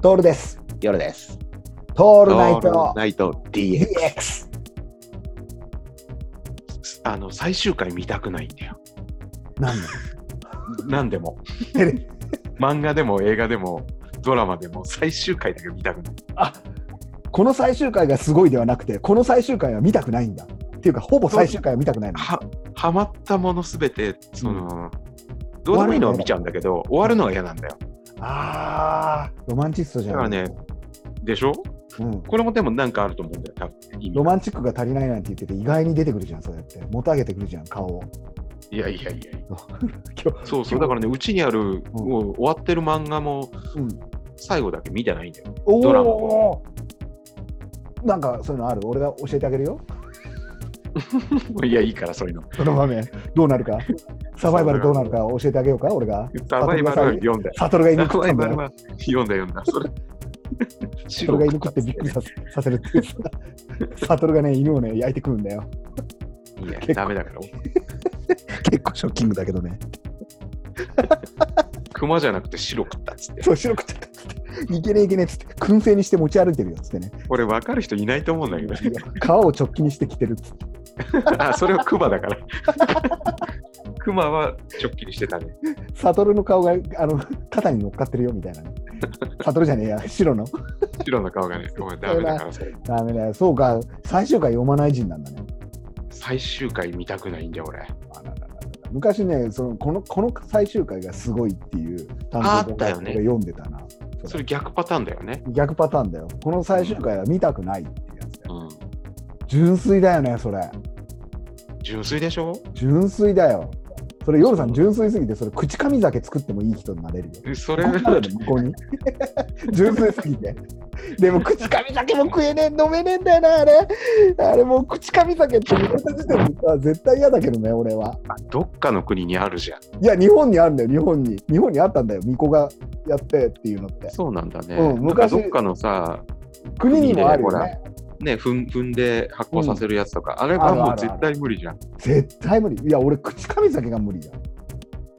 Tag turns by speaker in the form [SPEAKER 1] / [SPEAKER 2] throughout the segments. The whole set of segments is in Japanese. [SPEAKER 1] トールです。
[SPEAKER 2] 夜です。
[SPEAKER 1] トー
[SPEAKER 2] オ
[SPEAKER 1] ルナイト
[SPEAKER 2] ナイト DX。
[SPEAKER 1] DX。
[SPEAKER 2] あの、最終回見たくないんだよ。
[SPEAKER 1] なんだ
[SPEAKER 2] 何でも。
[SPEAKER 1] テレ
[SPEAKER 2] 漫画でも映画でもドラマでも最終回だけ見たくない。
[SPEAKER 1] あこの最終回がすごいではなくて、この最終回は見たくないんだ。っていうか、ほぼ最終回は見たくないの。
[SPEAKER 2] は、はまったものすべて、その、どうでもいいのは見ちゃうんだけど、終わるのが嫌なんだよ。
[SPEAKER 1] あー、ロマンチストじゃん。
[SPEAKER 2] だからねでしょ
[SPEAKER 1] うん、
[SPEAKER 2] これもでもなんかあると思うんだよ、多分意味が
[SPEAKER 1] ロマンチックが足りないなんて言ってて、意外に出てくるじゃん、そうやって。もたげてくるじゃん、顔を。
[SPEAKER 2] いやいやいやいや。
[SPEAKER 1] 今日
[SPEAKER 2] そうそう、だからね、うちにある、もう終わってる漫画も
[SPEAKER 1] うん、
[SPEAKER 2] 最後だけ見てないんだ よ。
[SPEAKER 1] お
[SPEAKER 2] ドラマ
[SPEAKER 1] おーなんかそういうのある俺が教えてあげるよ。
[SPEAKER 2] いや、いいから、そういうの。
[SPEAKER 1] その場面、どうなるか。サバイバルどうなるか教えてあげようか、俺が。
[SPEAKER 2] サバイバルは読んだよ。
[SPEAKER 1] サトルが犬
[SPEAKER 2] サ
[SPEAKER 1] 食っ
[SPEAKER 2] バ
[SPEAKER 1] た
[SPEAKER 2] イ
[SPEAKER 1] ん
[SPEAKER 2] バ
[SPEAKER 1] だ
[SPEAKER 2] ル
[SPEAKER 1] よ。
[SPEAKER 2] は読んだ読んだ。それ。
[SPEAKER 1] サ
[SPEAKER 2] 白
[SPEAKER 1] トルが
[SPEAKER 2] を
[SPEAKER 1] 犬食ってびっくりさせさせるっていうさ。サトルがね、犬をね、焼いてくるんだよ。
[SPEAKER 2] いや、ダメだから。
[SPEAKER 1] 結構ショッキングだけどね。
[SPEAKER 2] 熊じゃなくて白かったっつって。
[SPEAKER 1] そう、白くちゃったっつって。いけねえいけねえっつって、燻製にして持ち歩いてるよっつってね。
[SPEAKER 2] これ分かる人いないと思うんだけどね。
[SPEAKER 1] 皮を直帰にしてきてるっつって。
[SPEAKER 2] あ、それは熊だから。熊はちょっきりしてたね。
[SPEAKER 1] サトルの顔があの肩に乗っかってるよみたいなね。サトルじゃねえや、白の。
[SPEAKER 2] 白の顔がね、お前ダメだからそれ。
[SPEAKER 1] ダメだよ。そうか、最終回読まない人なんだね。
[SPEAKER 2] 最終回見たくないんだよ、俺。
[SPEAKER 1] あらららら昔ねそのこの、この最終回がすごいっていう単
[SPEAKER 2] ああ
[SPEAKER 1] 語
[SPEAKER 2] ったよね
[SPEAKER 1] 俺読んでたな。
[SPEAKER 2] それ逆パターンだよね。
[SPEAKER 1] 逆パターンだよ。この最終回は見たくないっていうやつだよ。
[SPEAKER 2] うん。
[SPEAKER 1] 純粋だよね、それ。
[SPEAKER 2] 純粋でしょ
[SPEAKER 1] 純粋だよ。それ、夜さん、
[SPEAKER 2] そう
[SPEAKER 1] 純粋すぎて、それ、口紙酒作ってもいい人になれるよ。
[SPEAKER 2] それ
[SPEAKER 1] こ、んなのね向こうに。 純粋すぎて。でも、口紙酒も食えねえ、飲めねえんだよな、あれ。あれ、もう、口紙酒って言われた時点でさ、絶対嫌だけどね、俺は。
[SPEAKER 2] どっかの国にあるじゃん。
[SPEAKER 1] いや、日本にあるんだよ、日本に。日本にあったんだよ、巫女がやってっていうのって。
[SPEAKER 2] そうなんだね。
[SPEAKER 1] うん昔
[SPEAKER 2] なんかどっかのさ、
[SPEAKER 1] 国にもあるよね。
[SPEAKER 2] ね、踏ん踏んで発酵させるやつとか、あれ
[SPEAKER 1] あ
[SPEAKER 2] は
[SPEAKER 1] るある
[SPEAKER 2] も
[SPEAKER 1] あ
[SPEAKER 2] う
[SPEAKER 1] る
[SPEAKER 2] 絶対無理じゃん。
[SPEAKER 1] 絶対無理。いや、俺、口紙酒が無理だ。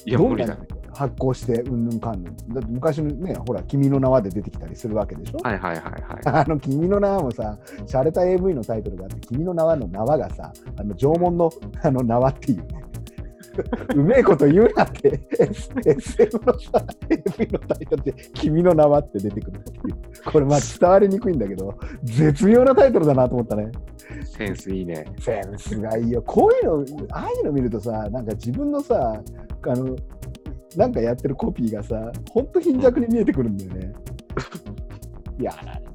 [SPEAKER 2] いや、
[SPEAKER 1] どんな
[SPEAKER 2] 無理だね。
[SPEAKER 1] 発行して、うんぬんかんぬん。だって昔のね、ほら、君の名はで出てきたりするわけでしょ。
[SPEAKER 2] はいはいはいは
[SPEAKER 1] あの、君の名はもさ、洒落た AV のタイトルがあって、君の名はの名はがさ、あの縄文のあの名はっていう ね。うめえこと言うなって、S- SF のさ、AV のタイトルで、君の名はって出てくるっていう。これ、まあ、伝わりにくいんだけど、絶妙なタイトルだなと思ったね。
[SPEAKER 2] い。センスいいね。
[SPEAKER 1] センスがいいよ。こういうの、ああいうの見るとさ、なんか自分のさ、あの、なんかやってるコピーがさ、ほんと貧弱に見えてくるんだよね。いや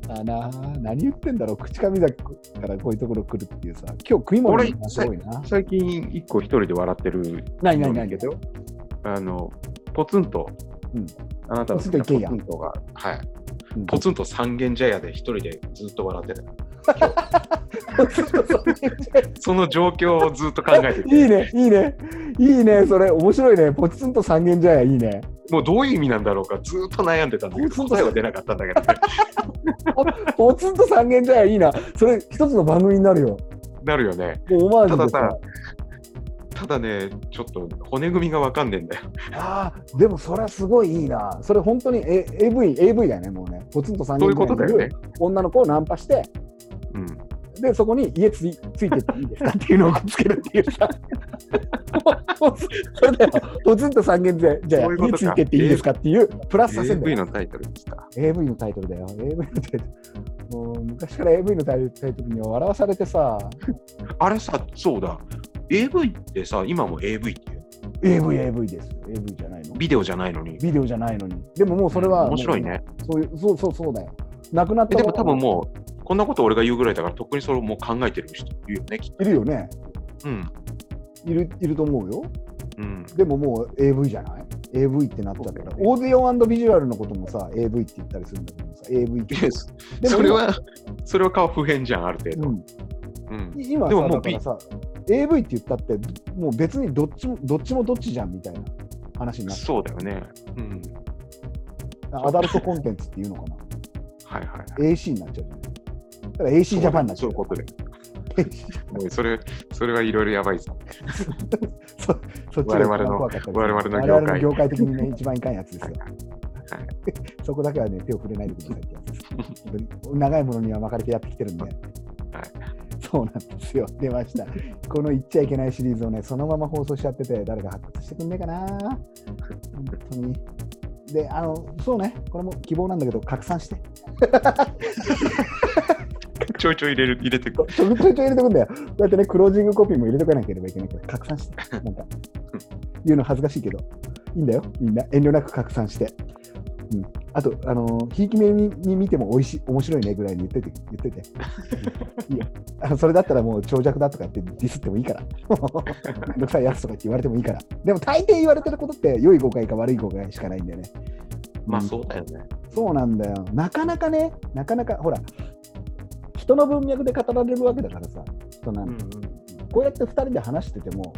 [SPEAKER 1] だなあ、何言ってんだろう、口上崎からこういうところ来るっていうさ、今日食い物の話多いな。
[SPEAKER 2] 最近一個一人で笑ってる
[SPEAKER 1] ないないない
[SPEAKER 2] けどあのポツンと、
[SPEAKER 1] うん
[SPEAKER 2] あなたの好きな
[SPEAKER 1] ポツンと一軒家
[SPEAKER 2] ポツンとが、はい、
[SPEAKER 1] うん
[SPEAKER 2] ポツンと三軒茶屋で一人でずっと笑ってたその状況をずっと考えて
[SPEAKER 1] いい
[SPEAKER 2] て
[SPEAKER 1] ね、いいね、いいね、それ、面白いね、ポツンと三軒茶屋、いいね。
[SPEAKER 2] もうどういう意味なんだろうかずっと悩んでたんだけ
[SPEAKER 1] ポツ
[SPEAKER 2] ど
[SPEAKER 1] ンと
[SPEAKER 2] 答えは出なかったんだ けどね、
[SPEAKER 1] ポツンと三軒茶屋、いいな、それ、一つの番組になるよ。
[SPEAKER 2] なるよね
[SPEAKER 1] もうオマージ
[SPEAKER 2] た
[SPEAKER 1] ュ
[SPEAKER 2] だ
[SPEAKER 1] でさ
[SPEAKER 2] さただねちょっと骨組みがわかんねえんだよ
[SPEAKER 1] ああ、でもそれはすごいいいな。それ本当に、A、AV、AV だよね、もうね。ポツンと3人
[SPEAKER 2] そういうことだよね、
[SPEAKER 1] 女の子をナンパして、
[SPEAKER 2] うん、
[SPEAKER 1] で、そこに家ついついてっていいですかっていうのをくっつけるっていうさ。 もうそれだよ。ポツンと三軒で、じゃあ
[SPEAKER 2] そういうこ
[SPEAKER 1] 家
[SPEAKER 2] と
[SPEAKER 1] つ
[SPEAKER 2] か
[SPEAKER 1] いてっていいですかっていう、プラスさせるんだ
[SPEAKER 2] AV
[SPEAKER 1] よ。
[SPEAKER 2] のタイトルですか
[SPEAKER 1] AV のタイトルだよ。AV のタイトル。もう昔から AV のタイタイトルに笑わされてさ、
[SPEAKER 2] あれさそうだ AV ってさ今も AV っていう
[SPEAKER 1] AV、AV ですよ。AV じゃないの。
[SPEAKER 2] ビデオじゃないのに
[SPEAKER 1] ビデオじゃないのに。でももうそれは、
[SPEAKER 2] 面白いね
[SPEAKER 1] そういう。そうそうそうだよ。なくなっ
[SPEAKER 2] え
[SPEAKER 1] た
[SPEAKER 2] で
[SPEAKER 1] もの
[SPEAKER 2] も多分もうこんなこと俺が言うぐらいだからとっくにそれをもう考えてる人いるよねきっ
[SPEAKER 1] いるよね。
[SPEAKER 2] とうん
[SPEAKER 1] いるいると思うよ。
[SPEAKER 2] うん
[SPEAKER 1] でももう AV じゃない ?AV ってなっちゃった
[SPEAKER 2] そう
[SPEAKER 1] ら、
[SPEAKER 2] だよね
[SPEAKER 1] オーディオビジュアルのこともさ、AV って言ったりするんだけどさ、AV って。
[SPEAKER 2] でそ
[SPEAKER 1] でも
[SPEAKER 2] それはそれは顔不変じゃんある程
[SPEAKER 1] う
[SPEAKER 2] 度
[SPEAKER 1] ん、
[SPEAKER 2] うん
[SPEAKER 1] 今
[SPEAKER 2] で
[SPEAKER 1] さ、
[SPEAKER 2] もも
[SPEAKER 1] だ
[SPEAKER 2] う
[SPEAKER 1] か
[SPEAKER 2] ビ
[SPEAKER 1] らさ、AV って言ったって、もう別にどっちもどっちもどっちじゃんみたいな話になって、
[SPEAKER 2] そうだよねうん
[SPEAKER 1] アダルトコンテンツっていうのかな
[SPEAKER 2] はいはいはい
[SPEAKER 1] ?AC になっちゃうじゃないだから AC ジャパンになっち
[SPEAKER 2] そ
[SPEAKER 1] ゃ
[SPEAKER 2] う
[SPEAKER 1] う
[SPEAKER 2] いうことで
[SPEAKER 1] AC
[SPEAKER 2] もう それそれはいろいろやばいさ
[SPEAKER 1] そそっちが一番怖かったりする
[SPEAKER 2] 我々の我
[SPEAKER 1] 我
[SPEAKER 2] 々の業界
[SPEAKER 1] 々の業界的にね、一番いかんやつですよ。そこだけはね、手を触れないでくださいってやつです。本当に長いものには巻かれてやってきてるんで。そうなんですよ。出ました。この言っちゃいけないシリーズをね、そのまま放送しちゃってて、誰か発掘してくんねえか な。本当に。で、あの、そうね、これも希望なんだけど、拡散して。
[SPEAKER 2] ちょいちょい入れる入れてく
[SPEAKER 1] ちょちょちょい入れてくんだよ。こうやってね、クロージングコピーも入れとかなければいけないから、拡散して。なんか、言うの恥ずかしいけど、いいんだよ、みんな。遠慮なく拡散して。うん、あと、あのー、ひいき目にに見てもおいしい、面白いねぐらいに言ってて、言ってて。いいよあのそれだったらもう長尺だとかってディスってもいいから。もうめんどくさいやつとかって言われてもいいから。でも大抵言われてることって、良い誤解か悪い誤解しかないんだよね。
[SPEAKER 2] まあそうだよね。
[SPEAKER 1] そうなんだよ。なかなかね、なかなか、ほら、人の文脈で語られるわけだからさ、人なん
[SPEAKER 2] う
[SPEAKER 1] て
[SPEAKER 2] ん
[SPEAKER 1] こうやって2人で話してても、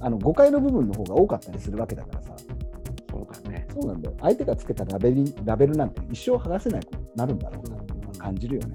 [SPEAKER 1] あの誤解の部分の方が多かったりするわけだからさ、
[SPEAKER 2] そうだね。
[SPEAKER 1] そうなんだよ。相手がつけたラベリンラベルなんて一生剥がせないくなるんだろうなって感じるよね。